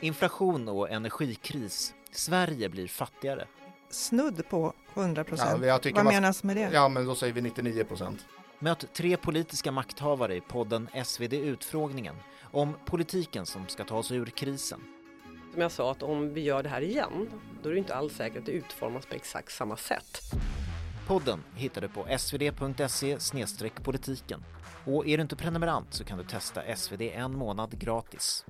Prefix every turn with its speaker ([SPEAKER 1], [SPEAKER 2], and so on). [SPEAKER 1] Inflation och energikris. Sverige blir fattigare.
[SPEAKER 2] Snudd på 100
[SPEAKER 3] Ja,
[SPEAKER 2] procent.
[SPEAKER 3] jag tycker
[SPEAKER 2] Vad
[SPEAKER 3] man-
[SPEAKER 2] menas med det?
[SPEAKER 3] Ja, men då säger vi 99 procent.
[SPEAKER 1] Möt tre politiska makthavare i podden SvD Utfrågningen om politiken som ska ta sig ur krisen.
[SPEAKER 4] Som jag sa, att om vi gör det här igen, då är det inte alls säkert att det utformas på exakt samma sätt.
[SPEAKER 1] Podden hittar du på svd.se politiken. Och är du inte prenumerant så kan du testa SvD en månad gratis.